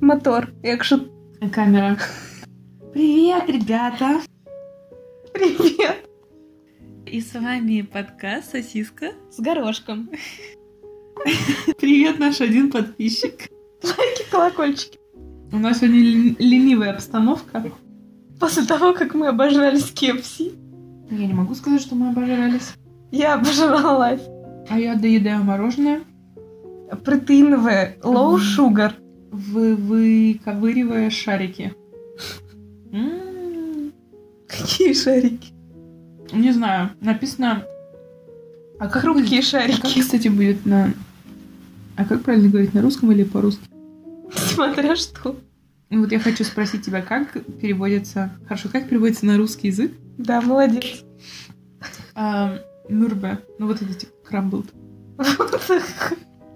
Монітор, якщо Камера. Привет, ребята! привіт И с вами подкаст «Сосиска». з горошком. Привет, наш один подписчик. Лайки, колокольчики. У нас сегодня лен- ленивая обстановка. После того, как мы обожрали кепси, Я не могу сказать, что мы обожрались. я обожрала лайф. А я доедаю мороженое, Протеиновое, low Мгм. sugar. вы выковыривая шарики. М, Какие шарики? Не знаю, написано... А как Хрупкие будет- а как, шарики. кстати, будет на... А как правильно говорить, на русском или по-русски? а Смотря что. Ну Вот я хочу спросить тебя, как переводится... Хорошо, как переводится на русский язык? Да, молодец. А, Нурбе. Ну вот эти типа крамблд.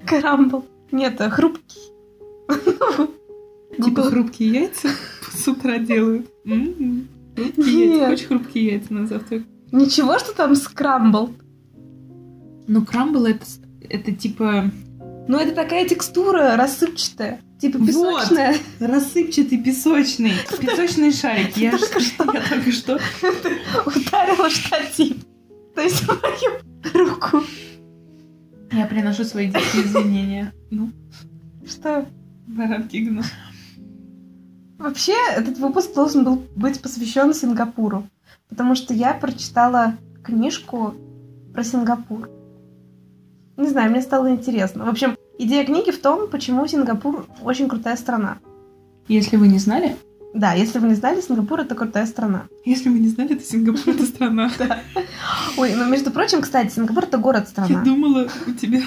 Карамбл. Нет, а хрупкий. Гугл. Типа хрупкие яйца с утра делают. М-м. Хрупкие яйца. Нет. Очень хрупкие яйца на завтрак. Ничего, что там скрамбл. Ну, крамбл это, с- это типа Но это такая текстура рассыпчатая. Типа Вот. песочная. рассыпчатый песочный. Песочные шарики. Я, Только ш- я только что... Ударила штатив. То есть в мою руку. Я приношу свои детские извинения. Ну, Что? Баранки гну. Вообще, этот выпуск должен был быть посвящен Сингапуру. Потому что я прочитала книжку про Сингапур. Не знаю, мне стало интересно. В общем, идея книги в том, почему Сингапур очень крутая страна. Если вы не знали... Да, если вы не знали, Сингапур это крутая страна. Если вы не знали, то Сингапур это страна. Ой, ну между прочим, кстати, Сингапур это Я город-страна. думала, у тебя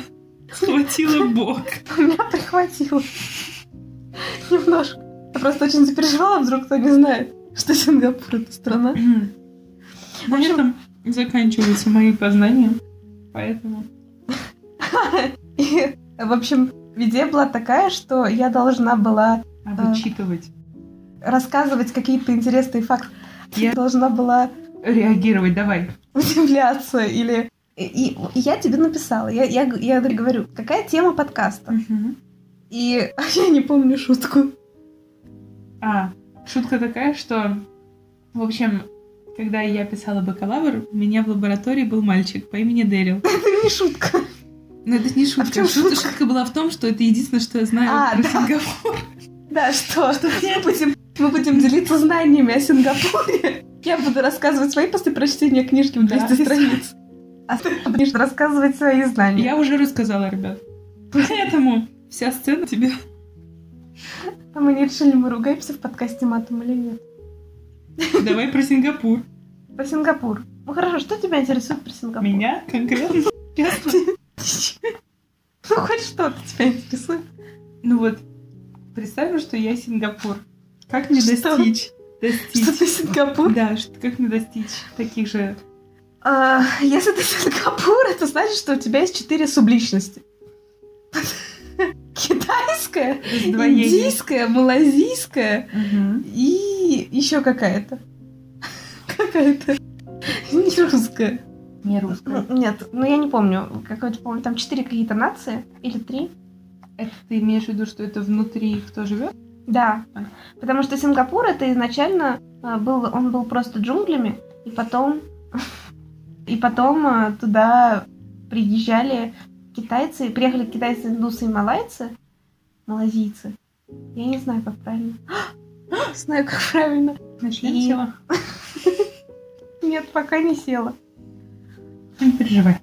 схватило бок. У меня прихватило. Немножко. Я просто очень запереживала, а вдруг кто не знает, что Сингапур это страна. На общем- этом заканчиваются мои познания. Поэтому... И, в общем, идея была такая, что я должна была Вычитывать. рассказывать какие-то интересные факты. Я Я- должна была Реагировать, давай. удивляться или... И, и- и я тебе написала, я, я, г- я говорю, какая тема подкаста? И я не помню шутку. А, шутка такая, что... В общем, когда я писала бакалавр, у меня в лаборатории был мальчик по имени Дэрил. Это не шутка. Но Ну, это не шутка. в чём Шут- шутка? Шутка была в том, что это единственное, что я знаю А, про да. Сингапур. Да, что? Мы будем, мы будем делиться знаниями о Сингапуре. Я буду рассказывать свои после прочтения книжки в Да, 200 и- страниц. А ты будешь рассказывать свои знания. Я уже рассказала, ребят. Поэтому вся сцена тебе... А мы не решили, мы ругаемся в подкасте матом или нет. Давай про Сингапур. Про Сингапур. Ну хорошо, что тебя интересует про Сингапур? Меня конкретно. Честно. Ну хоть что-то тебя интересует. Ну вот, представим, что я Сингапур. Как мне Что? достичь? Что Достичь. ты Сингапур? Да, что- как мне достичь таких же... А, если ты Сингапур, это значит, что у тебя есть четыре субличности. Китайская, раздвоений? индийская, малазийская Мгм. и еще какая-то. Какая-то. Не русская. Не Ну, русская. Нет, ну я не помню. Какой-то, по-моему, там четыре какие-то нации или три. Это ты имеешь в виду, что это внутри кто живет? Да, А. потому что Сингапур это изначально э, был, он был просто джунглями, и потом, и потом э, туда приезжали китайцы, приехали китайцы, индусы и малайцы, малазийцы. Я не знаю, как правильно. Не знаю, как правильно. Начнем И- с села. Нет, пока не села. Не переживай.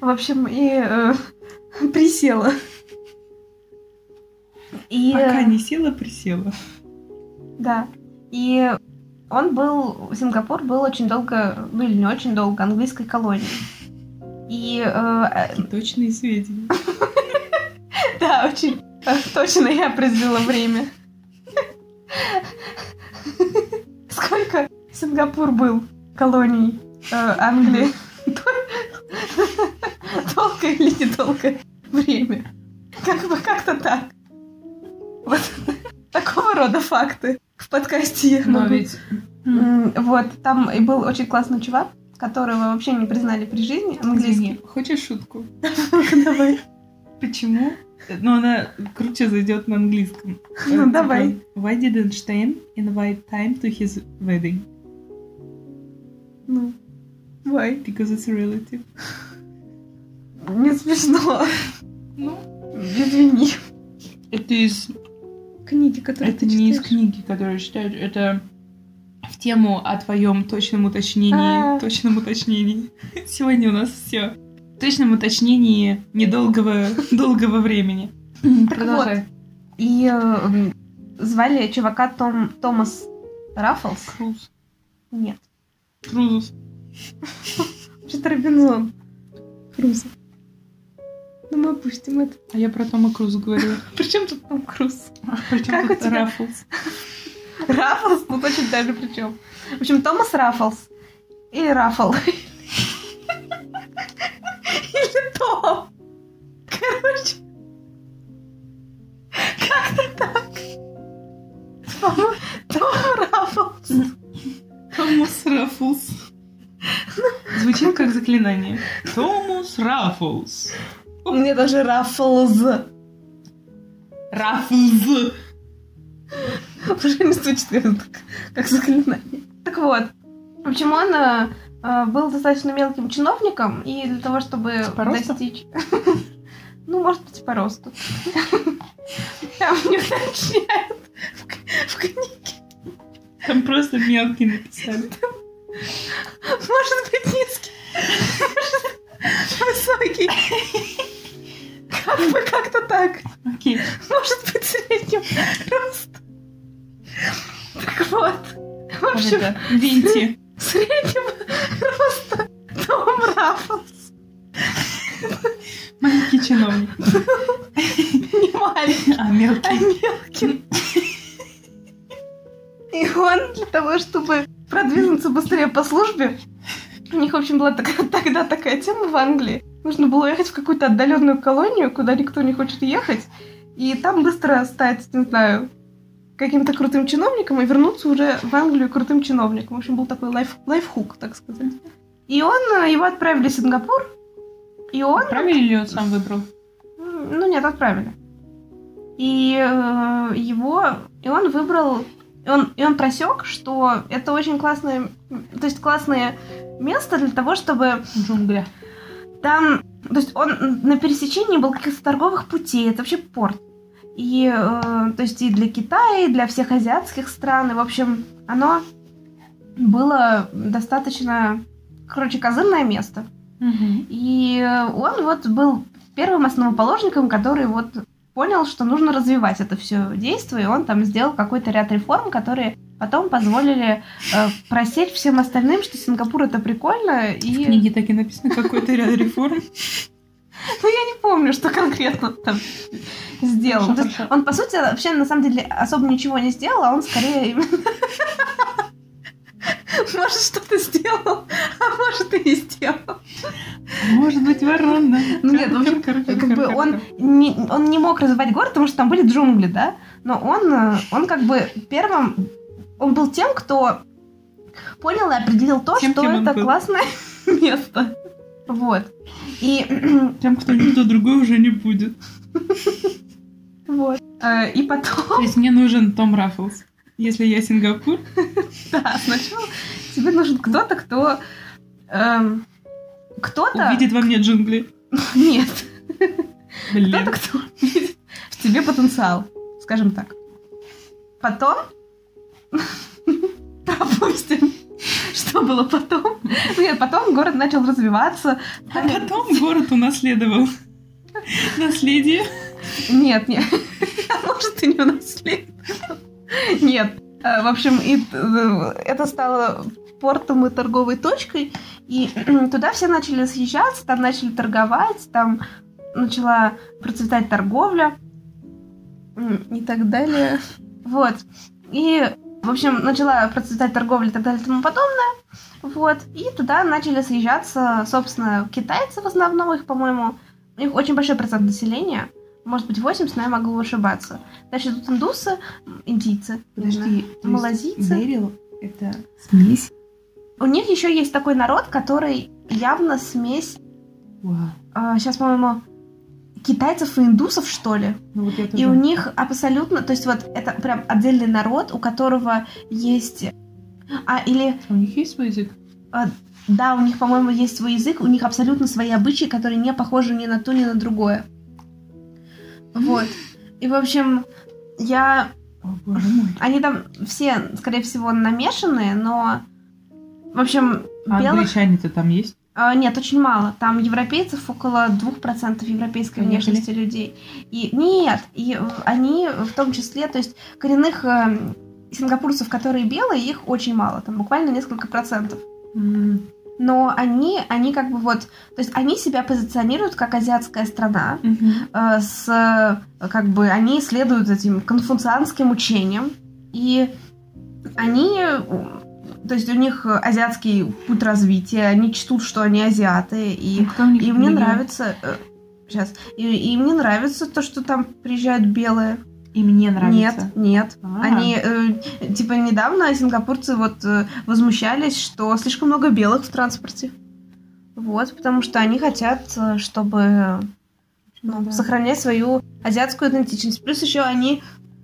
В общем, и э, присела. И, э, Пока не села, присела. Да. И он был, Сингапур был очень долго, ну или не очень долго, английской колонией. И э, И точные сведения. э, да, очень э, точно я определила время. Сколько Сингапур был колонией э, Англии? Долго или недолго время? Как бы как-то так. Вот такого рода факты в подкасте я Но могу ведь... Ну, М, М, Вот, там и был очень классный чувак, которого вообще не признали при жизни, английский. Извини, хочешь шутку? Давай. Почему Но она круче зайдет на английском. Ну, Э, давай. типа, Why didn't Stein invite time to his wedding? Ну, Why? Because it's a relative. не смешно. Ну, Извини. это из Книги, которые Это ты не из читаешь. книги, которую я читаю, это в тему о твоем точном уточнении. А. Точном уточнении. Сегодня у нас все. Точном уточнении недолгого долгого времени. Так И э, м, звали чувака Том, Томас Раффлс? Круз. Нет. Крузус. Что-то Робинзон. Крузо. Ну, мы опустим это. А я про Тома Круза говорила. Причем тут Том Круз? А при чём Как тут у тебя? Раффлс? Раффлс? Ну, точно даже причем. В общем, Томас Раффлс. И Раффл. Или Том. Короче. Как-то так. Том, Том Раффлс. Томас Раффлс. Звучит как заклинание. Томас Раффлс. Мне даже Раффлз. Раффлс. Уже не звучит как, как заклинание. Так вот, в общем, он э, э, был достаточно мелким чиновником, и для того, чтобы Типа По росту? достичь... Ну, может быть, по росту. Там не уточняют в к- в книге. Там просто мелкий написали. Может быть, низкий. Может, высокий. Как бы как-то так. Окей. Может быть, средним рост. Так вот. В общем, Вот это. Винти. среднего роста Том Раффлс. Маленький чиновник. Не маленький, А, а мелкий. мелкий. И он для того, чтобы продвинуться быстрее по службе, у них, в общем, была такая- тогда такая тема в Англии. Нужно было ехать в какую-то отдаленную колонию, куда никто не хочет ехать, и там быстро стать, не знаю, каким-то крутым чиновником и вернуться уже в Англию крутым чиновником. В общем, был такой лайф, лайфхук, так сказать. И он, э, его отправили в Сингапур, и он Правильно ли он сам выбрал? М, Ну нет, отправили. И э, его, и он выбрал, и он, и он просек, что это очень классное, м, то есть классное место для того, чтобы Джунгля. там, то есть он на пересечении был каких-то торговых путей, это вообще порт. И, э, то есть и для Китая, и для всех азиатских стран, и, в общем, оно было достаточно, короче, козырное место. И э, он вот был первым основоположником, который вот понял, что нужно развивать это все действие, и он там сделал какой-то ряд реформ, которые потом позволили э, просечь всем остальным, что Сингапур это прикольно, В и книге так и написано какой-то ряд реформ. ну, я не помню, что конкретно он там сделал. Хорошо, То есть хорошо. он, по сути, вообще, на самом деле, особо ничего не сделал, а он скорее именно... Может, что-то сделал, а может и не сделал. Может быть, ворона. Ну нет, в общем, как бы он не, он не мог развивать город, потому что там были джунгли, да? Но он, э, он как бы первым, он был тем, кто понял и определил то, Тем, что кем он это был. классное место. Вот. И Тем, кто никто другой уже не будет. вот. Э, И потом, То есть мне нужен Том Раффлс. Если я Сингапур, да, сначала тебе нужен кто-то, кто... эм, Кто-то... увидит во мне джунгли. Нет. Блин. Кто-то, кто видит в тебе потенциал, скажем так. Потом, допустим, что было потом? Нет, потом город начал развиваться. А потом город унаследовал. Наследие. Нет, нет. А Может, и не унаследовал. Нет. Э, В общем, и, э, это стало портом и торговой точкой. И туда все начали съезжаться, там начали торговать, там начала процветать торговля м, и так далее. Вот. И, в общем, начала процветать торговля и так далее и тому подобное. Вот. И туда начали съезжаться, собственно, китайцы в основном, их, по-моему, у них очень большой процент населения. Может быть, 80, но я могу ошибаться. Значит, тут индусы, м, индийцы. наверное. малазийцы. Дэрил — это смесь. У них еще есть такой народ, который явно смесь Вау. сейчас, по-моему, китайцев и индусов, что ли. Ну, вот я тоже. И у них абсолютно, то есть вот это прям отдельный народ, у которого есть... А, или У них есть свой язык? да, у них, по-моему, есть свой язык, у них абсолютно свои обычаи, которые не похожи ни на то, ни на другое. Вот. И, в общем, я О, боже мой. Они там все, скорее всего, намешанные, но... В общем, А белых... англичане-то там есть? а, нет, очень мало. Там европейцев около 2% европейской Поехали. внешности людей. И нет, и э, они в том числе, то есть коренных э, сингапурцев, которые белые, их очень мало, там буквально несколько процентов. М, Но они, они как бы вот, то есть они себя позиционируют как азиатская страна, мгм. э, с э, как бы они следуют этим конфуцианским учениям, и они, э, то есть у них э, азиатский путь развития, они чтут, что они азиаты, и, Ну, кто у них и мне были? нравится, сейчас, и, и мне нравится то, что там приезжают белые. И мне нравится. Нет, нет. А. Они, э, типа, недавно сингапурцы вот э, возмущались, что слишком много белых в транспорте. Вот, потому что они хотят, э, чтобы ну, Да. сохранять свою азиатскую идентичность. Плюс еще они,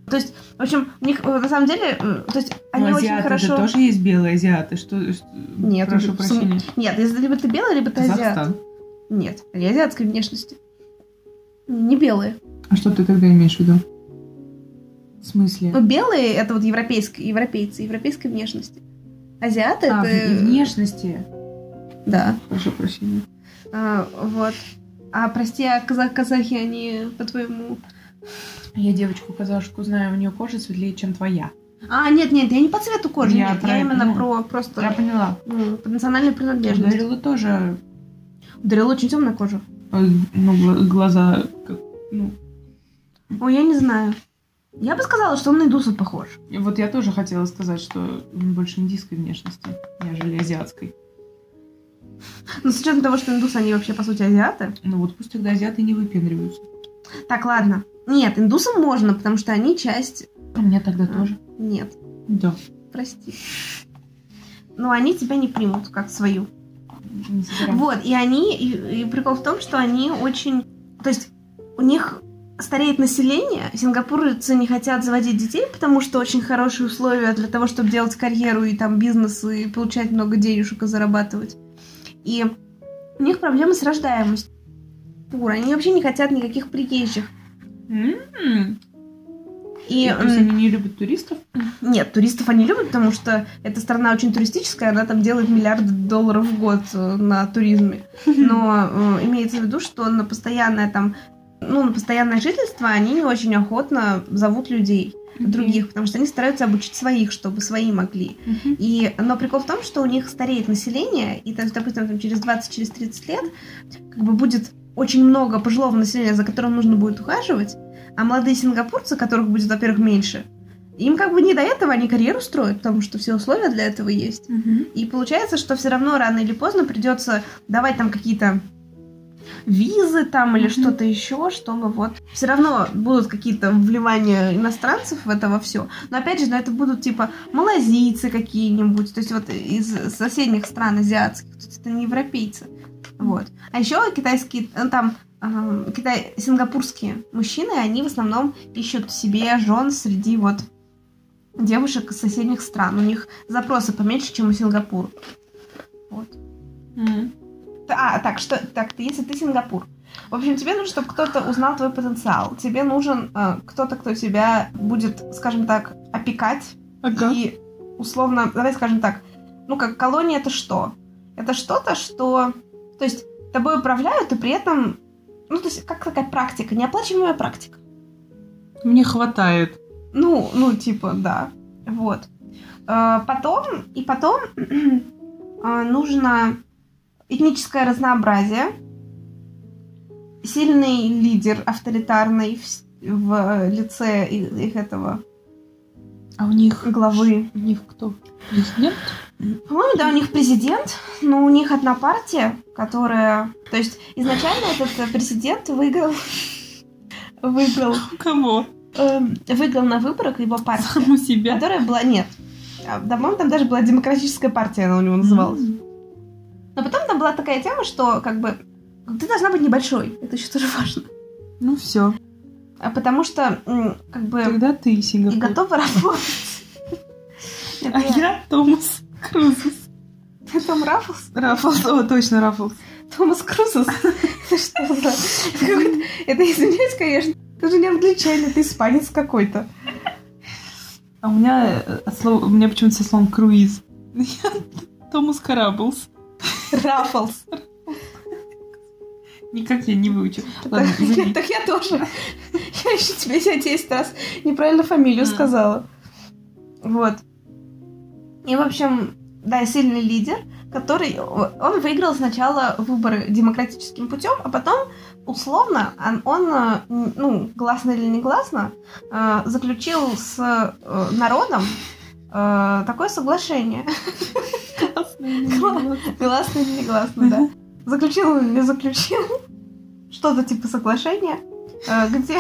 то есть, в общем, у них э, на самом деле, э, то есть, Ну, они очень азиаты хорошо. же тоже есть белые азиаты. Что, что- Нет, прошу в- прощения. Нет, если либо ты белый, либо ты азиат. Казахстан. Нет, они азиатской внешности. Не белые. А что ты тогда имеешь в виду? В смысле? Но Ну, белые это вот европейские, европейцы, европейской внешности. Азиаты А, в- это. э, и внешности. Да. Прошу прощения. А, вот. А прости, а каза- казахи, они по-твоему... Я девочку казашку знаю, у нее кожа светлее, чем твоя. А, нет, нет, я не по цвету кожи, Я нет, про я это, именно ну, про просто Я поняла. м, по национальной принадлежности. Дарила тоже, У Дарила очень темная кожа. э, ну, гла- глаза, как, ну, Ой, я не знаю. Я бы сказала, что он на индуса похож. и вот я тоже хотела сказать, что он больше индийской внешности, нежели азиатской. Но с учетом того, что индусы, они вообще, по сути, азиаты. Ну вот пусть тогда азиаты не выпендриваются. Так, ладно. Нет, индусам можно, потому что они часть... У меня тогда А. тоже. Нет, Да. прости. Но они тебя не примут как свою. Не собираюсь. Вот, и они, и, и прикол в том, что они очень, то есть у них стареет население, сингапурцы не хотят заводить детей, потому что очень хорошие условия для того, чтобы делать карьеру и там бизнес, и получать много денежек и зарабатывать. И у них проблемы с рождаемостью. Пур, они вообще не хотят никаких приезжих. М. И, М-м. И, то есть м, они не любят туристов? нет, туристов они любят, потому что эта страна очень туристическая, она там делает миллиарды долларов в год э, на туризме. Но э, имеется в виду, что на постоянное там, ну, на постоянное жительство они не очень охотно зовут людей Мгм. других, потому что они стараются обучить своих, чтобы свои могли. Мгм. И, но прикол в том, что у них стареет население, и, то есть, допустим, там, через 20-30 лет как бы будет очень много пожилого населения, за которым нужно будет ухаживать, а молодые сингапурцы, которых будет, во-первых, меньше, им как бы не до этого, они карьеру строят, потому что все условия для этого есть. Мгм. И получается, что все равно рано или поздно придется давать там какие-то визы там или Мгм. что-то еще, чтобы вот... Все равно будут какие-то вливания иностранцев в это во все. Но опять же, ну, это будут типа малазийцы какие-нибудь, то есть вот из соседних стран азиатских, то есть это не европейцы. Вот. А еще китайские, э, там, эм, китай, сингапурские мужчины, они в основном ищут себе жен среди вот девушек из соседних стран. У них запросы поменьше, чем у Сингапура. Вот. М. Т- А, так, что, так, ты- если ты Сингапур. В общем, тебе нужно, чтобы кто-то узнал твой потенциал. Тебе нужен э, кто-то, кто тебя будет, скажем так, опекать. Ага. И условно, давай скажем так, ну как колония это что? Это что-то, что... То есть тобой управляют, и при этом... Ну, то есть как такая практика, неоплачиваемая практика. Мне хватает. Ну, ну, типа, да. Вот. Э, Потом, и потом э, нужно этническое разнообразие, сильный лидер авторитарный в, с- в лице и- их этого А у них главы. У них кто? Президент? По-моему, да, у них президент, но у них одна партия, которая... То есть изначально этот э, президент выиграл... Выиграл... Кого? эм, Выиграл на выборах его партия. Саму себя. которая была... Нет. А, Да, по-моему, там даже была демократическая партия, она у него называлась. М. Но потом там была такая тема, что как бы ты должна быть небольшой. Это еще тоже важно. Ну все. А Потому что, м, как бы, Тогда ты, и Сингапур. готова работать. Нет, А я Томас Крузус. Ты Том Раффлс? Раффлс. О, точно, Раффлс. Томас Крузус? Это что за... это какой-то- Это извиняюсь, конечно. Ты же не англичанин, ты испанец какой-то. А у меня э, от слова- у меня почему-то со словом круиз. Я Томас Караблс. Раффлс. Никак я не выучу. Так Ладно, я- извини. так я тоже. Я еще тебе себя 10 раз неправильно фамилию М. сказала. Вот. И, в общем, да, сильный лидер, который... Он выиграл сначала выборы демократическим путем, а потом, условно, он, он, э, ну, гласно или негласно, э, заключил с э, народом э, такое соглашение. Гласно или негласно, да. Заключил он или не заключил. Что-то типа соглашения, э, где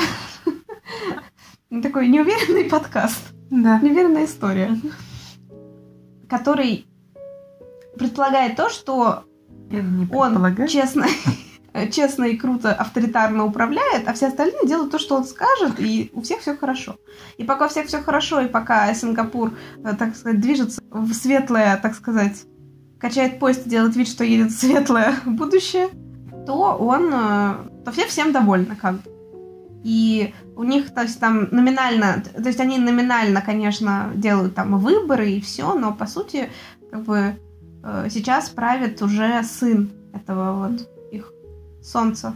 такой неуверенный подкаст, Да. неуверенная история, который предполагает то, что Я не он предполагаю. честно, честно и круто авторитарно управляет, а все остальные делают то, что он скажет, и у всех все хорошо. И пока у всех все хорошо, и пока Сингапур, э, так сказать, движется в светлое, так сказать, качает поезд и делает вид, что едет в светлое будущее, то он, э, то все всем довольны, как бы. И у них, то есть там номинально, то есть они номинально, конечно, делают там и выборы и все, но по сути, как бы э, сейчас правит уже сын этого вот их солнца.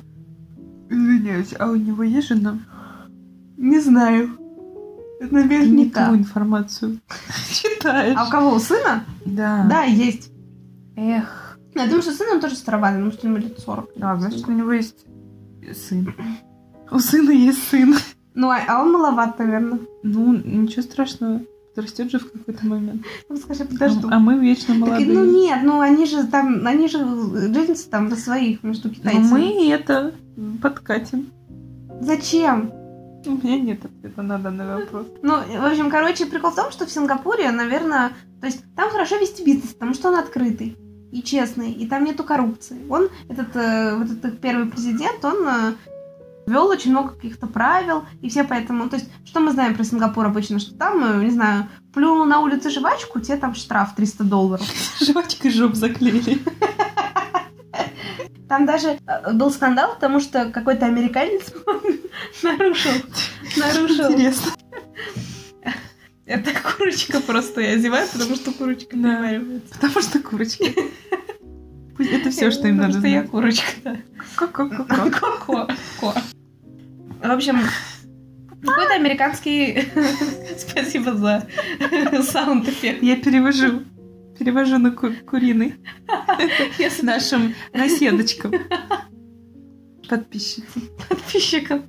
Извиняюсь, а у него есть жена? Не знаю. Это, наверное, не Никак. ту информацию читаешь. А у кого? У сына? Да. Да, есть. А. Эх. Но Я думаю, что сын он тоже староватый, потому что ему лет 40. Да, А, значит, у него есть сын. У сына есть сын. Ну, а- а он маловат, наверное. Ну, ничего страшного. Подрастет же в какой-то момент. Ну, скажи, А, подожду. а мы вечно Так, молодые. ну нет, ну они же там, они же э, женятся там до своих между Но китайцами. Ну, мы это подкатим. Зачем? У меня нет ответа на данный вопрос. Ну, в общем, короче, прикол в том, что в Сингапуре, наверное, то есть там хорошо вести бизнес, потому что он открытый и честный, и там нету коррупции. Он, этот, э, вот этот их первый президент, он вел очень много каких-то правил, и все поэтому... То есть, что мы знаем про Сингапур обычно, что там, э, не знаю, плюнул на улице жвачку, тебе там штраф 300 долларов. Жвачкой жоп заклеили. Там даже э, был скандал, потому что какой-то американец нарушил, нарушил Интересно. Это курочка просто, я зеваю, потому что курочка Да. переваривается. Потому что курочки. Пусть это все, что им Потому надо ну, что я знать. курочка, да. Ко-ко-ко-ко. Ко-ко. Ко. В общем, какой-то американский... Спасибо за саунд-эффект. Я перевожу. Перевожу на ку- куриный. С нашим наседочком. Подписчицы. подписчикам.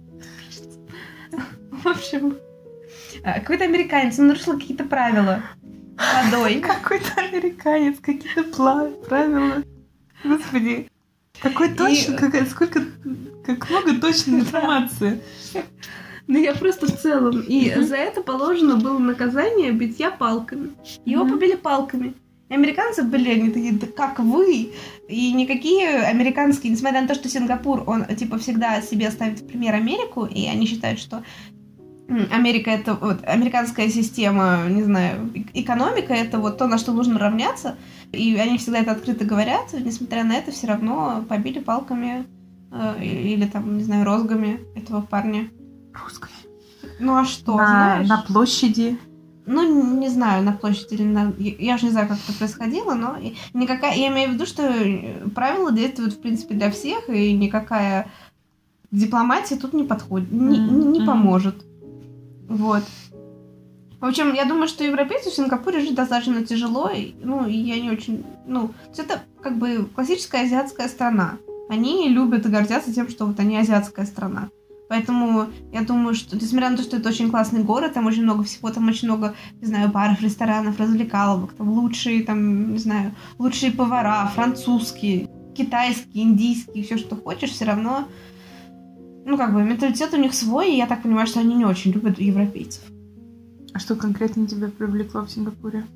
В общем, а, какой-то американец, он нарушил какие-то правила. Водой. Какой-то американец, какие-то пла- правила. Господи. Какой И- точно, какая- сколько, как много точной информации. Ну, я просто в целом. И Мгм. за это положено было наказание битья палками. Его Мгм. побили палками. И Американцы были, они такие, да как вы? И никакие американские, несмотря на то, что Сингапур, он, типа, всегда себе ставит в пример Америку, и они считают, что м, Америка это вот американская система, не знаю, э- экономика это вот то, на что нужно равняться. И они всегда это открыто говорят, и несмотря на это, все равно побили палками э, или там, не знаю, розгами этого парня. Русская. Ну а что, На, знаешь? на площади. Ну, не знаю, на площади или на... Я же не знаю, как это происходило, но и- никакая... Я имею в виду, что э, правила действуют, в принципе, для всех, и никакая дипломатия тут не подходит, не, не- не Мгм. поможет. Вот. В общем, я думаю, что европейцу в Сингапуре жить достаточно тяжело, и, ну, и я не очень... Ну, то есть это как бы классическая азиатская страна. Они любят и гордятся тем, что вот они азиатская страна. Поэтому я думаю, что, несмотря на то, что это очень классный город, там очень много всего, там очень много, не знаю, баров, ресторанов, развлекаловок, там лучшие, там, не знаю, лучшие повара, французские, китайские, индийские, все, что хочешь, все равно, ну, как бы, менталитет у них свой, и я так понимаю, что они не очень любят европейцев. А что конкретно тебя привлекло в Сингапуре?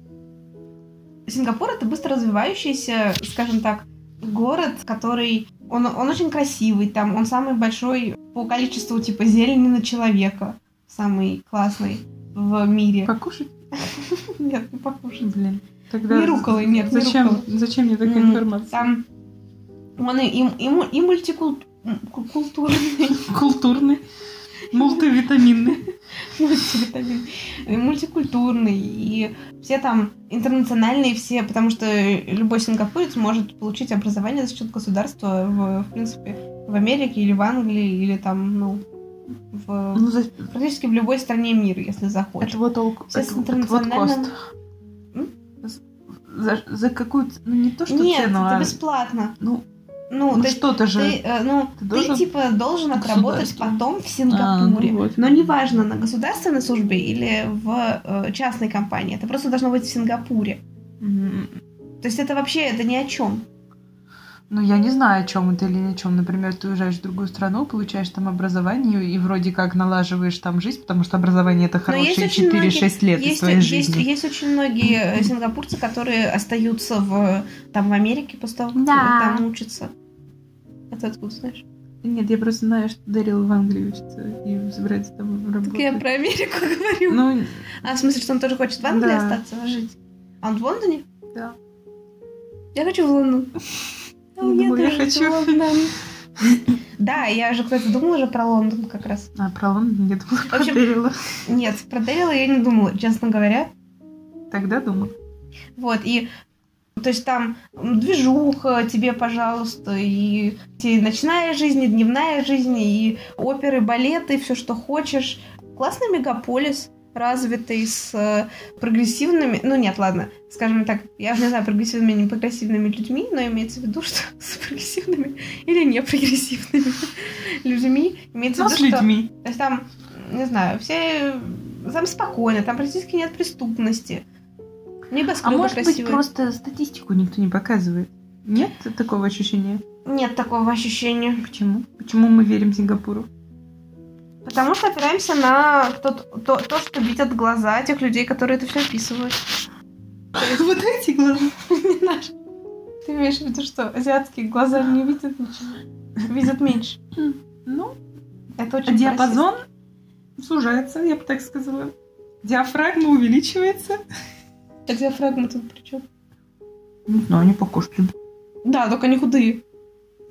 Сингапур это быстро развивающийся, скажем так, город, который Он, он очень красивый там, он самый большой по количеству типа зелени на человека, самый классный в мире. Покушать? Нет, не покушай. Блин. Тогда Не рукколы, нет, не зачем, рукколы. зачем мне такая М, информация? Там он и, и, и, му- и мультикультурный, Культурный, мультивитаминный. мультивитамин, и мультикультурный, и все там интернациональные все, потому что любой сингапурец может получить образование за счет государства, в, в принципе, в Америке или в Англии, или там, ну, в, Ну, за- практически в любой стране мира, если захочешь. Это вот олк- Все с это- это интернациональным- вот кост. За, за какую ц- ну не то что Нет, цену, а это бесплатно. ну, Ну, ну то есть что-то же. ты, э, ну, ты, ты должен типа должен отработать государству. потом в А, ну Сингапуре. вот. Но неважно, на государственной службе или в э, частной компании. Это просто должно быть в Сингапуре. М, То есть это вообще это ни о чем. Ну, я не знаю, о чем это или ни о чем. Например, ты уезжаешь в другую страну, получаешь там образование и вроде как налаживаешь там жизнь, потому что образование это есть хорошие очень многие- 4-6 лет из Есть, твоей есть, жизни. есть очень многие э, сингапурцы, которые остаются в, там, в Америке после того, как Да. там учатся. А ты откуда знаешь? Нет, я просто знаю, что Дэрил в Англии учится и собирается там Так я работать. про Америку говорю. Ну, А, в смысле, что он тоже хочет в Англии Да. остаться жить? А он в Лондоне? Да. Я хочу в Лондон. Я думала, я хочу. Да, я же, кстати, думала же про Лондон как раз. а про Лондон я думала, про общем- Дэрила. Нет, про Дэвила я не думала, честно говоря. Тогда думала. Вот, и то есть там м, движуха тебе, пожалуйста, и те- ночная жизнь, и дневная жизнь, и оперы, балеты, все, что хочешь. Классный мегаполис, развитый, с э, прогрессивными... Ну нет, ладно, скажем так, я же не знаю, прогрессивными или не прогрессивными людьми, но имеется в виду, что с прогрессивными или не прогрессивными людьми. Имеется Но в Ну, с виду, что... людьми. То есть там, не знаю, все э, там спокойно, там практически нет преступности. Либо А может быть, красивые. просто статистику никто не показывает? Нет такого ощущения? Нет такого ощущения. Почему? Почему мы верим Сингапуру? Потому что опираемся на тот- то, то, что видят глаза тех людей, которые это все описывают. Вот эти глаза. Не наши. Ты имеешь в виду, что азиатские глаза не видят ничего? Видят меньше. Ну, Это очень А диапазон сужается, я бы так сказала. Диафрагма увеличивается. красиво. А диафрагма тут при чем? Не знаю, они покушать любят. Да, только не худые.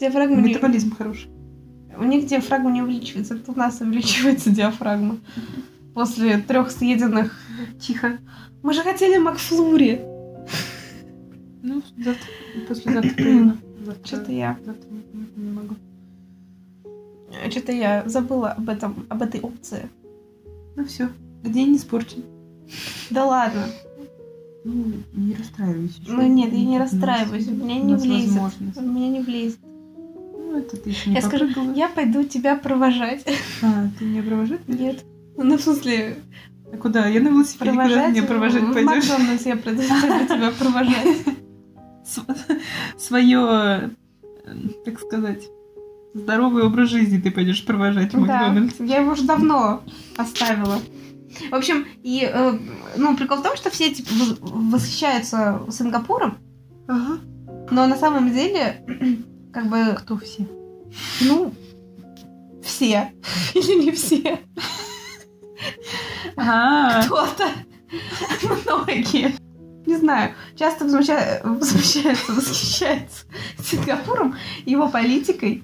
Диафрагма Ну, не... Метаболизм хороший. У них диафрагма не увеличивается, это у нас увеличивается диафрагма. После трех съеденных... Тихо. Мы же хотели Макфлури. Ну, завтра, послезавтра приеду. Завтра- Что-то я... завтра не- не- не могу. Что-то Э, я забыла об этом, об этой опции. Ну все, день испорчен. Да ладно. Ну, не расстраивайся. Ну нет, я не расстраиваюсь. У меня не влезет. возможность. У меня не влезет. Ну, это ты еще не Я скажу, попрыгала. Я пойду тебя провожать. А, ты меня провожать? будешь? Нет. Ну, в смысле, А куда? Я на велосипеде. Куда провожать? ты меня провожать э, в пойдешь? Макдональдс я пойду пойду тебя провожать. свое, как э, сказать, здоровый образ жизни ты пойдешь провожать в Да, Макдональдс. я его уже давно оставила. В общем, и, э, ну, прикол в том, что все типа, вос- восхищаются Сингапуром, но на самом деле, как бы, Кто все? ну, все. Или не все. А, Кто-то. Многие. Не знаю. Часто возмуща- возмущаются, восхищаются Сингапуром, его политикой.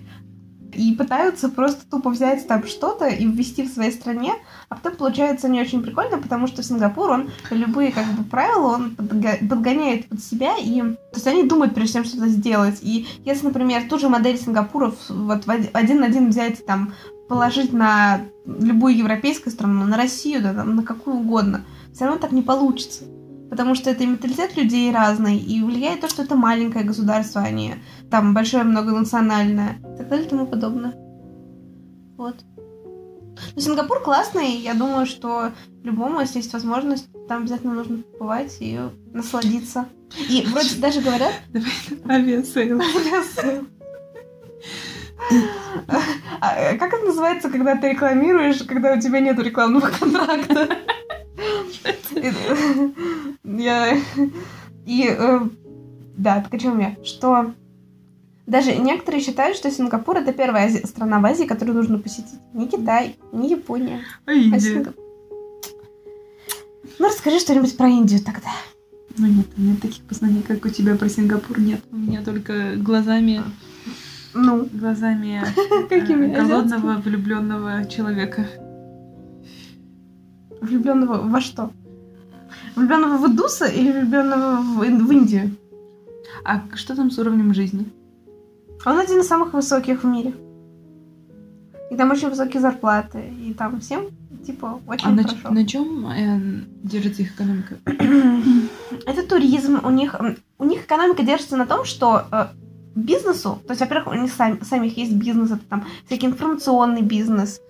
И пытаются просто тупо взять там что-то и ввести в своей стране, а потом получается не очень прикольно, потому что Сингапур, он любые как бы правила, он подга- подгоняет под себя, и то есть они думают, прежде чем что-то сделать. И если, например, ту же модель Сингапура в- вот в оди- один на один взять там положить на любую европейскую страну, на Россию, да, там, на какую угодно, все равно так не получится. Потому что это и менталитет людей разный, и влияет то, что это маленькое государство, а не там большое многонациональное, и так далее и тому подобное. Вот. Но Сингапур классный, я думаю, что любому, если есть возможность, там обязательно нужно побывать и насладиться. И вроде даже говорят, авиасейл. А, э, Как это называется, когда ты рекламируешь, когда у тебя нет рекламного контракта? Я... И... э, Да, так о чем я? Что Даже некоторые считают, что Сингапур это первая Ази- страна в Азии, которую нужно посетить. Не Китай, не Япония, А а Индия? Сингапур. Ну, расскажи что-нибудь про Индию тогда. Ну нет, у меня таких познаний, как у тебя про Сингапур, нет. У меня только глазами, Ну, глазами Какими? э, голодного влюбленного человека. влюбленного во что? Влюбленного в Идуса или влюбленного в, Ин- в Индию? А что там с уровнем жизни? Он один из самых высоких в мире. И там очень высокие зарплаты. И там всем, типа, очень А на, хорошо. чем э, держится их экономика? Это туризм. У них, м, у них экономика держится на том, что э, бизнесу, то есть, во-первых, у них сами, самих есть бизнес, это там всякий информационный бизнес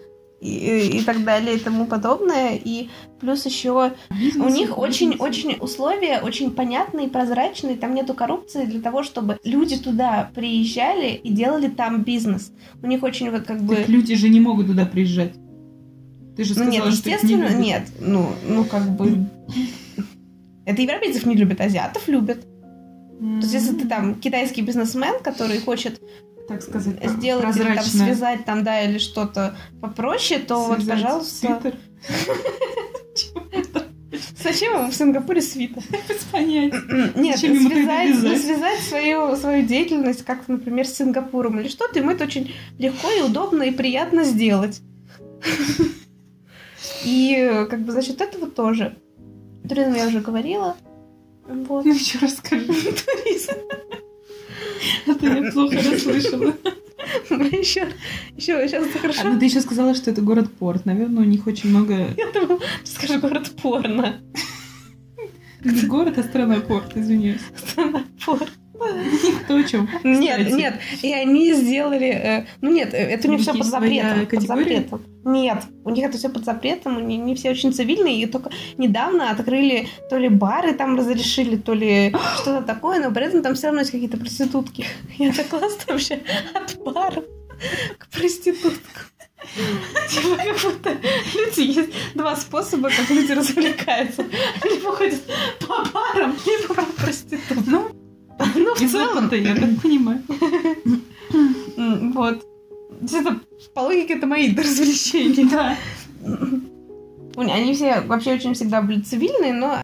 и, и- и так далее и тому подобное. И плюс еще у них очень-очень условия очень понятные, прозрачные, там нету коррупции для того, чтобы люди туда приезжали и делали там бизнес. У них очень вот как бы... Так люди же не могут туда приезжать. Ты же Ну сказала, нет, что их не естественно, любят. нет. Ну, ну как бы... Это европейцев не любят, азиатов любят. М, То есть, если ты там китайский бизнесмен, который хочет так сказать, сделать или там прозрачно связать там, да, или что-то попроще, то вот, связать пожалуйста. свитер. Зачем вам в Сингапуре свитер? Без понятия. Нет, ну, Зачем ему это связать, вязать? связать свою, свою деятельность как, например, с Сингапуром или что-то, ему это очень легко и удобно и приятно сделать. И э, как бы за счет этого тоже. Туризм я уже говорила. Вот. Ну еще расскажи. Туризм. А то я плохо расслышала. Еще, еще, сейчас А, хорошо. ну ты еще сказала, что это город-порт. Наверное, у них очень много... Я думала, ты скажешь город порно. Не город, а страна-порт, извиняюсь. Страна порно. Никто о чем. Нет, Кстати. нет, и они сделали... э, ну нет, э, это у них У все под них есть своя запретом. Под категория? запретом. Нет, у них это все под запретом, они не все очень цивильные, и только недавно открыли то ли бары там разрешили, то ли что-то такое, но при этом там все равно есть какие-то проститутки. И это классно вообще от баров к проституткам. Типа как будто люди есть два способа, как люди развлекаются. Либо ходят по барам, либо по проституткам. Ну, Ну, в из целом, опыта я так понимаю. М, Вот. То есть Это, по логике, это мои развлечения. Да. У- Они все вообще очень всегда были цивильные, но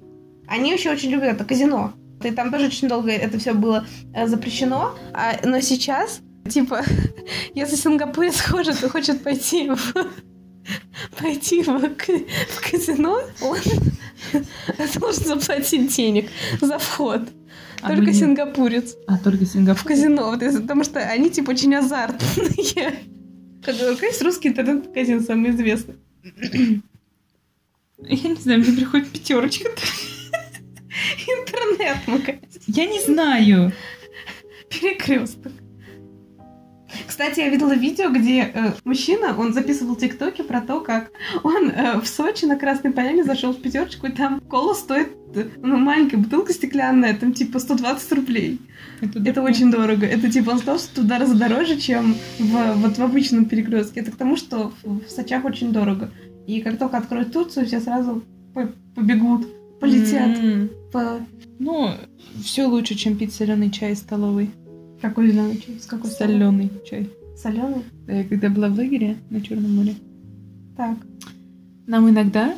они еще очень любят это казино. И там тоже очень долго это все было э, запрещено. А, но сейчас, типа, если сингапурец хочет, и хочет пойти в пойти в, к- в казино, он должен заплатить денег за вход. А Только мы не- сингапурец А только в Сингапур. казино, вот если- потому что они типа очень азартные. Как бы, Конечно, русский интернет-магазин самый известный. Я не знаю, мне приходит пятерочка. Интернет-магазин. Я не знаю. Перекресток. Кстати, я видела видео, где э, мужчина, он записывал тиктоки про то, как он э, в Сочи на Красной Поляне зашел в пятерочку, и там кола стоит, э, ну, маленькая бутылка стеклянная, там типа 120 рублей. Это очень дорого. Это типа он сказал, что в два раза дороже, чем в, вот в обычном перекрестке. Это к тому, что в, в Сочах очень дорого. И как только откроют Турцию, все сразу по- побегут, полетят. М. По... Ну, все лучше, чем пить соленый чай из столовой. Какой зеленый чай? С какой Соленый чай. Соленый? Да, Я когда была в лагере на Черном море, Так. нам иногда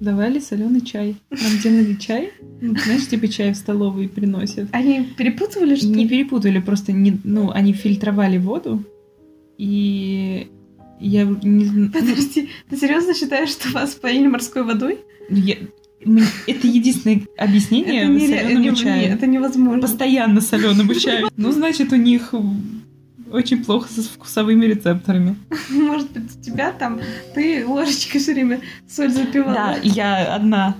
давали соленый чай. Нам делали чай. Ну, Знаешь, типа чай в столовой приносят. Они перепутывали, что Не ли? перепутали, просто не, ну, они фильтровали воду. И я не зн- Подожди, ты серьезно считаешь, что вас поили морской водой? Ну, я- мне- Это единственное объяснение это, нере- соленому не- чаю. не- это невозможно. Постоянно соленому чаю. Ну, значит, у них очень плохо со вкусовыми рецепторами. Может быть, у тебя там ты ложечкой все время соль запивала. Да, я одна.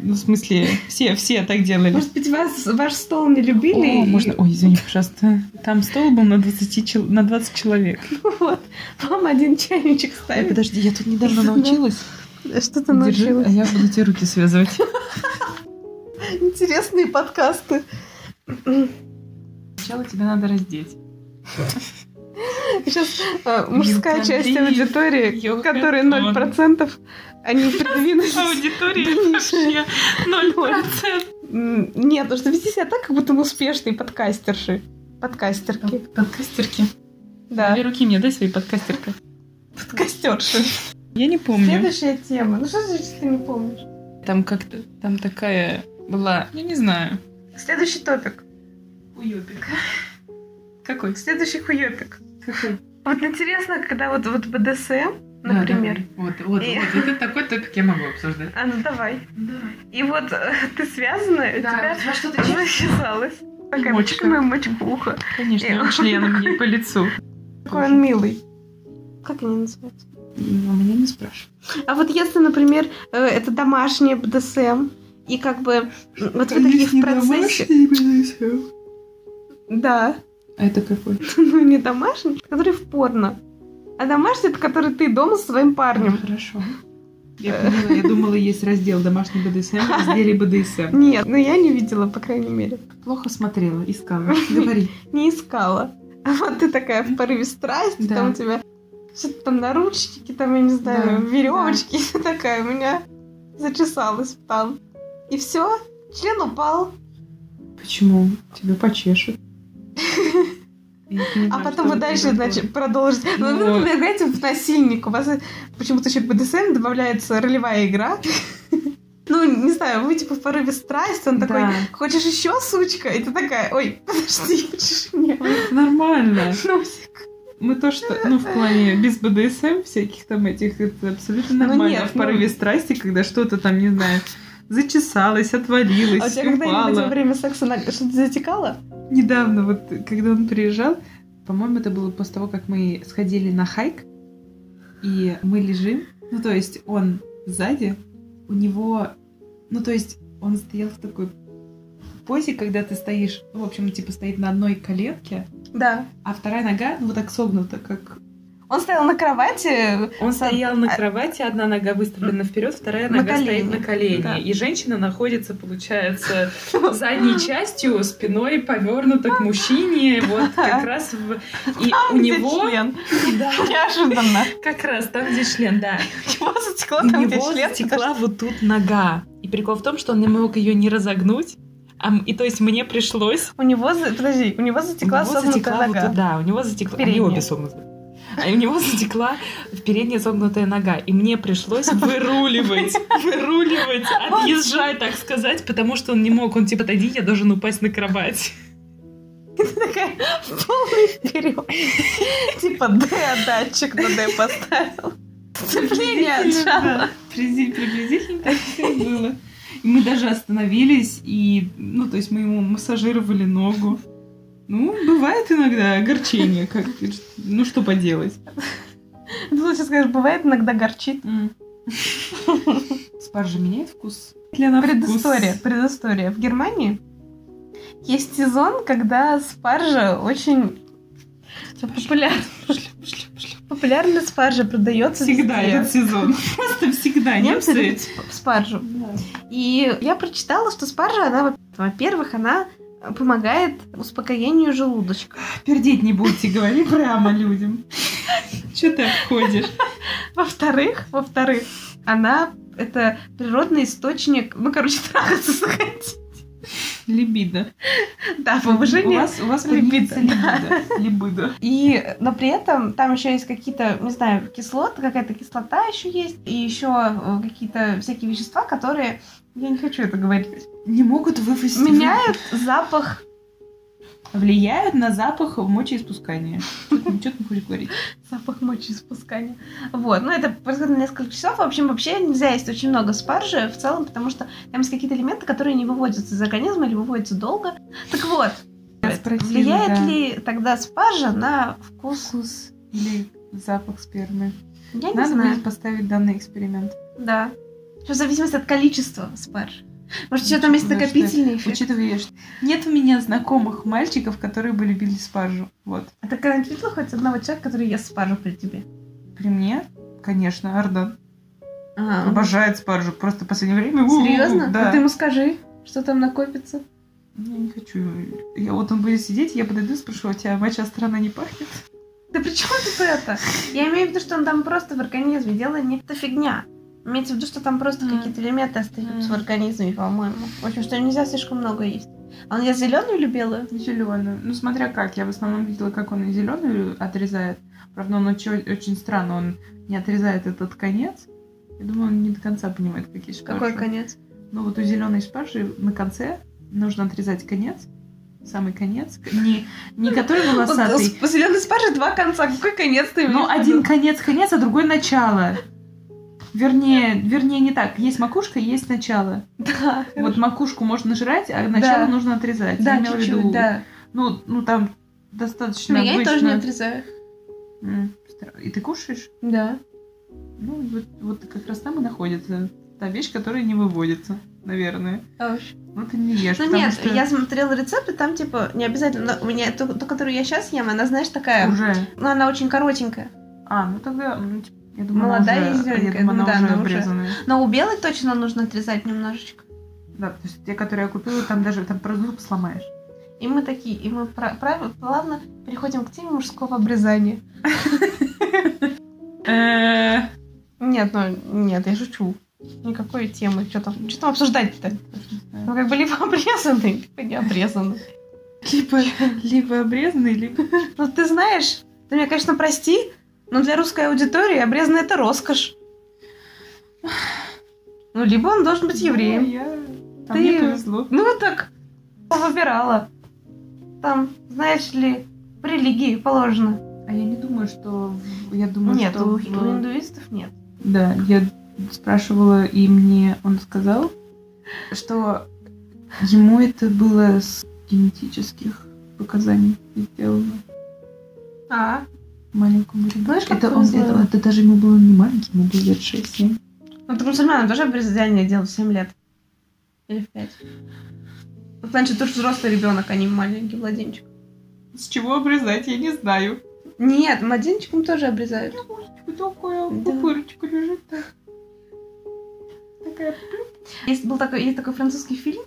Ну, в смысле, все, все так делали. Может быть, вас, ваш стол не любили? О, и- можно... Ой, извини, пожалуйста. Там стол был на 20, чел- на 20 человек. Вот, вам один чайничек Ой, ставит. подожди, я тут недавно научилась. Что ты Держи, научилась? а я буду тебе руки связывать. Интересные подкасты. Сначала тебя надо раздеть. Сейчас э, мужская Юкандин, часть аудитории, юкатон. которая 0%, они придвинулись. Аудитория вообще 0%. М, Нет, потому что ведите себя так, как будто мы успешные подкастерши. Подкастерки. Подкастерки. Да. Две руки мне дай свои подкастерка. Подкастерши. Я не помню. Следующая тема. Ну что значит, ты не помнишь? Там как-то... Там такая была... Я не знаю. Следующий топик. Уёбик. Какой? Следующий хуёпик. Какой? Вот интересно, когда вот, вот Ну, БДСМ, например. Вот, вот, И- вот. Вот это такой топик я могу обсуждать. А, ну давай. Давай. И вот э, ты связанная, у тебя что зачесалась. Такая Мочка. мочка. мочка уха. Конечно, он членом ей по лицу. Какой он милый. Как они называются? Ну, меня не спрашивай. А вот если, например, э, это домашнее БДСм, и как бы м, вот вы такие в процессе... Да. А это какой? Ну, не домашний, который в порно. А домашний, это который ты дома со своим парнем. Ну, Хорошо. Я поняла, я думала, есть раздел домашний БДСМ, в разделе БДСМ. Нет, ну я не видела, по крайней мере. Плохо смотрела, искала. Говори. Не искала. А вот ты такая в порыве страсти, Да. там у тебя что-то там наручники, там, я не знаю, Да, веревочки. И ты такая у меня зачесалась там. И все, член упал. а Почему? Тебя почешут. Я понимаю, А потом что вы это дальше, такое. значит, продолжите. Ну, вы, Ну. например, играете в насильник. У вас почему-то еще к БДСМ добавляется ролевая игра. Ну, не знаю, вы типа в порыве страсти, он такой, Да. хочешь еще, сучка? И ты такая, ой, подожди, хочешь мне? ну, Это Нормально. Ну, Мы то, что, ну, в плане без БДСМ всяких там этих, это абсолютно Ну, нормально. нет, в порыве ну. страсти, когда что-то там, не знаю, зачесалось, отвалилось, А у тебя когда-нибудь во упало. время секса на- что-то затекало? Недавно, вот, когда он приезжал, по-моему, это было после того, как мы сходили на хайк, и мы лежим, ну, то есть он сзади, у него, ну, то есть он стоял в такой позе, когда ты стоишь, ну, в общем, типа стоит на одной коленке, Да. а вторая нога, ну, вот так согнута, как Он стоял на кровати. Он а стоял на кровати, одна нога выставлена вперед, вторая На нога стоит колени. на колене. Да. И женщина находится, получается, задней частью, спиной повернута к мужчине. Вот как раз в... И у где него... член. Да, Неожиданно. как раз там, где член, да. У него затекло У там, где него член. затекла вот тут нога. И прикол в том, что он не мог ее не разогнуть. А, м- и то есть мне пришлось У него, за- подожди, у него затекла у него затекла согнутая вот нога. туда, у него затекла... Они Передняя. обе согнуты. А у него затекла передняя согнутая нога. И мне пришлось выруливать, выруливать, отъезжать, так сказать, потому что он не мог. Он типа, отойди, я должен упасть на кровать. Такая в полный вперед. Типа Д датчик на Д поставил. Сцепление Приблизительно, отжало. да. Приблизи- Приблизительно так все и было. И мы даже остановились, и, ну, то есть мы ему массажировали ногу. Ну, бывает иногда огорчение, как, ну, что поделать. Ты лучше скажешь, бывает иногда горчит. Спаржа меняет вкус? Для на вкус? Предыстория, предыстория. В Германии есть сезон, когда спаржа очень популярна. Пошли, пошли, пошли. Популярная спаржа продается Всегда везде. этот сезон. Просто всегда. Немцы Немцы... любят сп- спаржу. И я прочитала, что спаржа, она, во- во-первых, она э, помогает успокоению желудочка. Пердеть не будете, говори прямо людям. Че ты обходишь? Во-вторых, во-вторых, она это природный источник, ну, короче, трахаться захотите. Либидо. Да, У повышение. вас, у вас Либидо, поднимется А либидо. Либидо. И, но при этом там еще есть какие-то, не знаю, кислоты, какая-то кислота еще есть, и еще э, какие-то всякие вещества, которые, я не хочу это говорить, не могут вывести. меняют запах, Влияют на запах мочеиспускания. Что ты будешь говорить? запах мочеиспускания. Вот, ну это происходит на несколько часов. В общем, вообще нельзя есть очень много спаржи в целом, потому что там есть какие-то элементы, которые не выводятся из организма или выводятся долго. Так вот, Я спросила, влияет да. ли тогда спаржа на вкус? Вкус или запах спермы? Я не Надо знаю. будет поставить данный эксперимент. Да. Всё в зависимости от количества спарж. Может, еще там Учитывая, есть что- накопительный эффект. Учитывая, что нет у меня знакомых мальчиков, которые бы любили спаржу. Вот. А ты когда-нибудь видела хоть одного человека, который ест спаржу при тебе? При мне, конечно, Ардан А, обожает спаржу. Просто в последнее время... у-у-у, Серьезно? Да. Ну, ты ему скажи, что там накопится. Я не хочу. Я, вот он будет сидеть, я подойду и спрошу, а у тебя моча страна не пахнет? Да при чем тут это? Я имею в виду, что он там просто в организме, дело не эта фигня. Имеется в виду, что там просто Мгм. какие-то элементы остаются в Мгм. организме, по-моему. В общем, что нельзя слишком много есть. А я зеленую или белую? Зеленую. Ну, смотря как. Я в основном видела, как он и зеленую отрезает. Правда, он очень, очень странно, он не отрезает этот конец. Я думаю, он не до конца понимает, какие шпажи. Какой конец? Ну, вот у зеленой шпажи на конце нужно отрезать конец. Самый конец. Не, не который волосатый. У зеленой спаржи два конца. Какой конец ты Ну, имеешь в один виду? конец, конец, а другой начало. Вернее, вернее, не так. Есть макушка, есть начало. Да. Вот макушку можно жрать, а Да. начало нужно отрезать. Я Да, имела в чуть-чуть, виду- да. Ну, ну там достаточно Но я и обычно. тоже не отрезаю. М, стра- И ты кушаешь? Да. Ну, вот, вот как раз там и находится та вещь, которая не выводится, наверное. А уж. Ну, ты не ешь, Ну потому нет, что я смотрела рецепты, там типа не обязательно, но у меня ту, ту, которую я сейчас ем, она, знаешь, такая, уже... ну она очень коротенькая. А, ну тогда... ну, типа, Я думаю, Молодая она и уже, зелёненькая. я думаю, Ну она да, она уже уже. обрезанная. Но у белой точно нужно отрезать немножечко. Да, потому что те, которые я купила, там даже там просто зуб сломаешь. И мы такие, и мы пра- прав- плавно переходим к теме мужского обрезания. Э, Нет, ну нет, я шучу. Никакой темы, что там, что там обсуждать-то? Ну как бы либо обрезанный, либо не обрезанный. Либо, либо обрезанный, либо... Ну ты знаешь, ты меня, конечно, прости, но для русской аудитории обрезанный это роскошь. Ну либо он должен быть евреем. Ну, я- а Ты- мне повезло. Ну вот так выбирала. Там, знаешь ли, в религии положено. А я не думаю, что... в- Я думаю, нет, Ну, что... у, у в- индуистов нет. Да, я спрашивала, и мне он сказал, что ему это было с генетических показаний сделано А, маленькому ребенку. Знаешь, как это, он, повезло. это, это даже ему было не маленький, ему было лет 6-7. ну так мусульманам тоже обрезание делают в 7 лет. Или в 5. Вот раньше тоже взрослый ребенок, а не маленький младенчик. С чего обрезать, я не знаю. Нет, младенчиком тоже обрезают. Такая Да. пупырочка лежит так. Такая Есть, был такой, есть такой французский фильм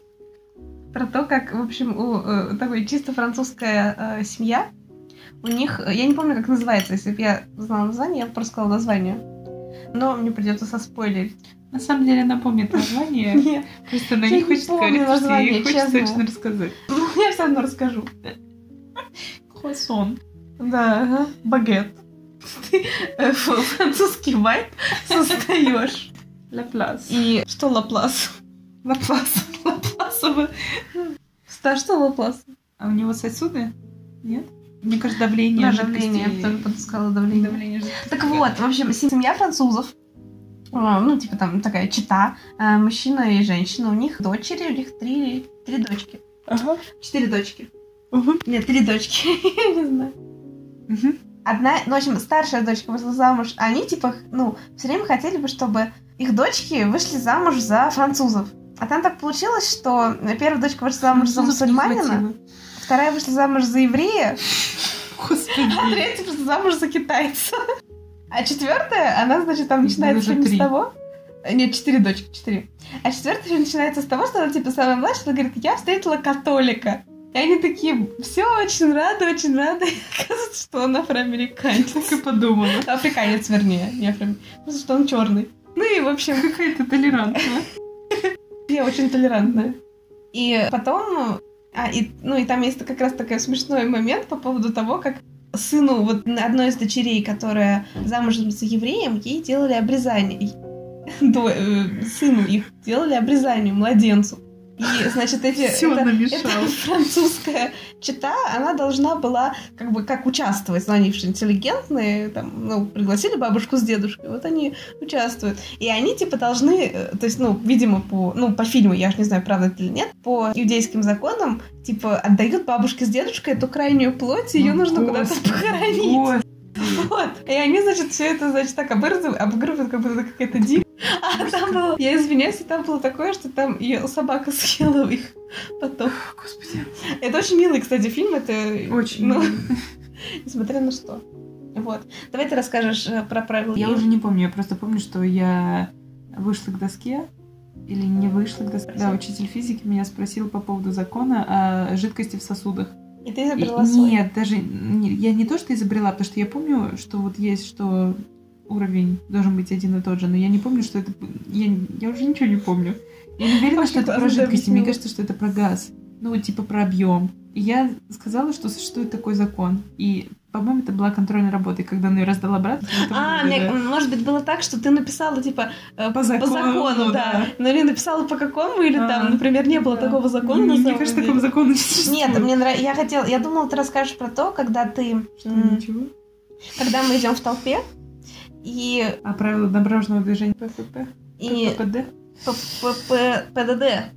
про то, как, в общем, у э, такой чисто французская э, семья, у них, э, я не помню, как называется, если бы я знала название, я бы просто сказала название. Но мне придется соспойлерить. На самом деле она помнит название, Нет, просто она Я не не хочет помню говорить все, название, ей хочется честно. точно рассказать. ну, я все равно расскажу. Хуасон. Да, ага, багет. Ты э, фу, французский вайп создаешь. Лаплас. И что Лаплас? Лаплас. Лапласова. Ста, что Лаплас? А у него сосуды? Нет? Мне кажется, давление Да, жидкости. давление. Я тоже подпускала давление. Давление жидкости. Так вот, в общем, семья французов, а, ну, типа там такая чита, а, мужчина и женщина, у них дочери, у них три, три дочки. Ага. Четыре дочки. Мгм. Нет, три дочки, я не знаю. Мгм. Одна, ну, в общем, старшая дочка вышла замуж, а они, типа, ну, все время хотели бы, чтобы их дочки вышли замуж за французов. А там так получилось, что э, первая дочка вышла замуж за Французов не мусульманина, хватило. вторая вышла замуж за еврея, а Господи. третья просто замуж за китайца. Ну, А четвертая, она, значит, там начинается Даже фильм три. с того... Э, Нет, четыре дочки, четыре. А четвертый фильм начинается с того, что она, типа, самая младшая, она говорит, я встретила католика. И они такие, все, очень рада, очень рада. И оказывается, что он Я афроамериканец. так и подумала. Африканец, вернее, не афроамериканец. Потому что он черный. Ну и, в общем, Какая ты толерантная. я очень толерантная. И потом, а, и, ну и там есть как раз такой смешной момент по поводу того, как сыну вот одной из дочерей, которая замужем за евреем, ей делали обрезание. И- до- э, сыну их делали обрезание, младенцу. И, значит, эти... Все это- намешала. эта французская чита, она должна была как бы как участвовать, но они же интеллигентные, там, ну, пригласили бабушку с дедушкой, вот они участвуют. И они, типа, должны, э, то есть, ну, видимо, по, ну, по фильму, я же не знаю, правда это или нет, по иудейским законам, типа, отдают бабушке с дедушкой эту крайнюю плоть, ее Ну, нужно господи, куда-то похоронить. Вот. И они, значит, все это, значит, так обырзывают, обыгрывают, как будто это какая-то дичь. А там было, я извиняюсь, и там было такое, что там ее собака съела их потом. Господи. Это очень милый, кстати, фильм, это... Очень. Ну, мило. несмотря на что. Вот. Давай ты расскажешь э, про правила. Я игры. уже не помню, я просто помню, что я вышла к доске или не вышла к доске. Да, учитель физики меня спросил по поводу закона о жидкости в сосудах. И ты И- изобрела свой. Нет, даже не- я не то, что изобрела, потому что я помню, что вот есть, что уровень должен быть один и тот же, но я не помню, что это... б- Я, я уже ничего не помню. Я не уверена, Очень что это про классно ты жидкости, мне объяснила. кажется, что это про газ. Ну, типа про объем. И я сказала, что существует такой закон. И, по-моему, это была контрольная работа, и когда она ее раздала брату... я это А, мне- выиграла. может быть, было так, что ты написала, типа, э, По да. закону, да. Но не написала по какому, или А, там, например, не было да. такого закона на Мне, самом кажется, деле. такого закона не существует. Нет, мне нравится. Я хотела, я думала, ты расскажешь про то, когда ты, Что, м, ничего? когда мы идем в толпе, и, А правила дорожного движения ППП? и ППД? П- П- П- ПДД,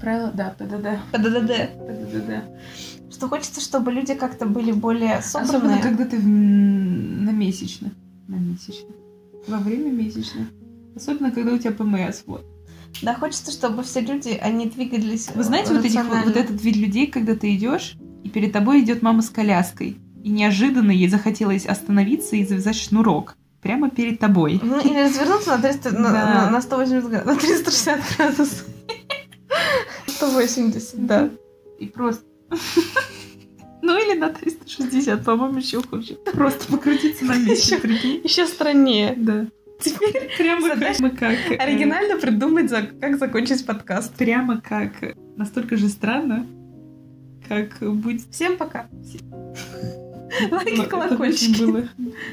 Правила, да, ПДД. ПДДД, ПДД. что хочется, чтобы люди как-то были более Особенно, собранные. когда ты в- м, на месячных. На месячных. Во время месячных. Особенно, когда у тебя ПМС. Вот. Да, хочется, чтобы все люди, они двигались э, Вы знаете вот, этих, вот рационально. вот этот вид людей, когда ты идешь, и перед тобой идет мама с коляской. И неожиданно ей захотелось остановиться и завязать шнурок. Прямо перед тобой. Ну, или развернуться на, 300, на, Да. на- на 180 градусов, на 360 градусов. 180, да. И просто... Ну или на 360, по-моему, еще хуже. Просто покрутиться на месте, прикинь. Еще страннее. Да. Теперь Прямо Задача- как... мы как, э, оригинально придумать, за- как закончить подкаст. Прямо как... э, Настолько же странно, как быть... Всем пока. Ну, Лайки, это колокольчики. очень было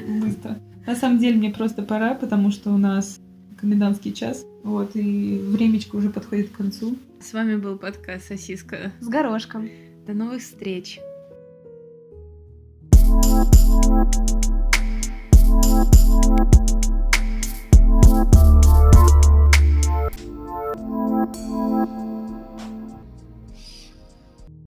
быстро. На самом деле мне просто пора, потому что у нас комендантский час. Вот, и времечко уже подходит к концу. С вами был подкаст «Сосиска». С горошком. До новых встреч!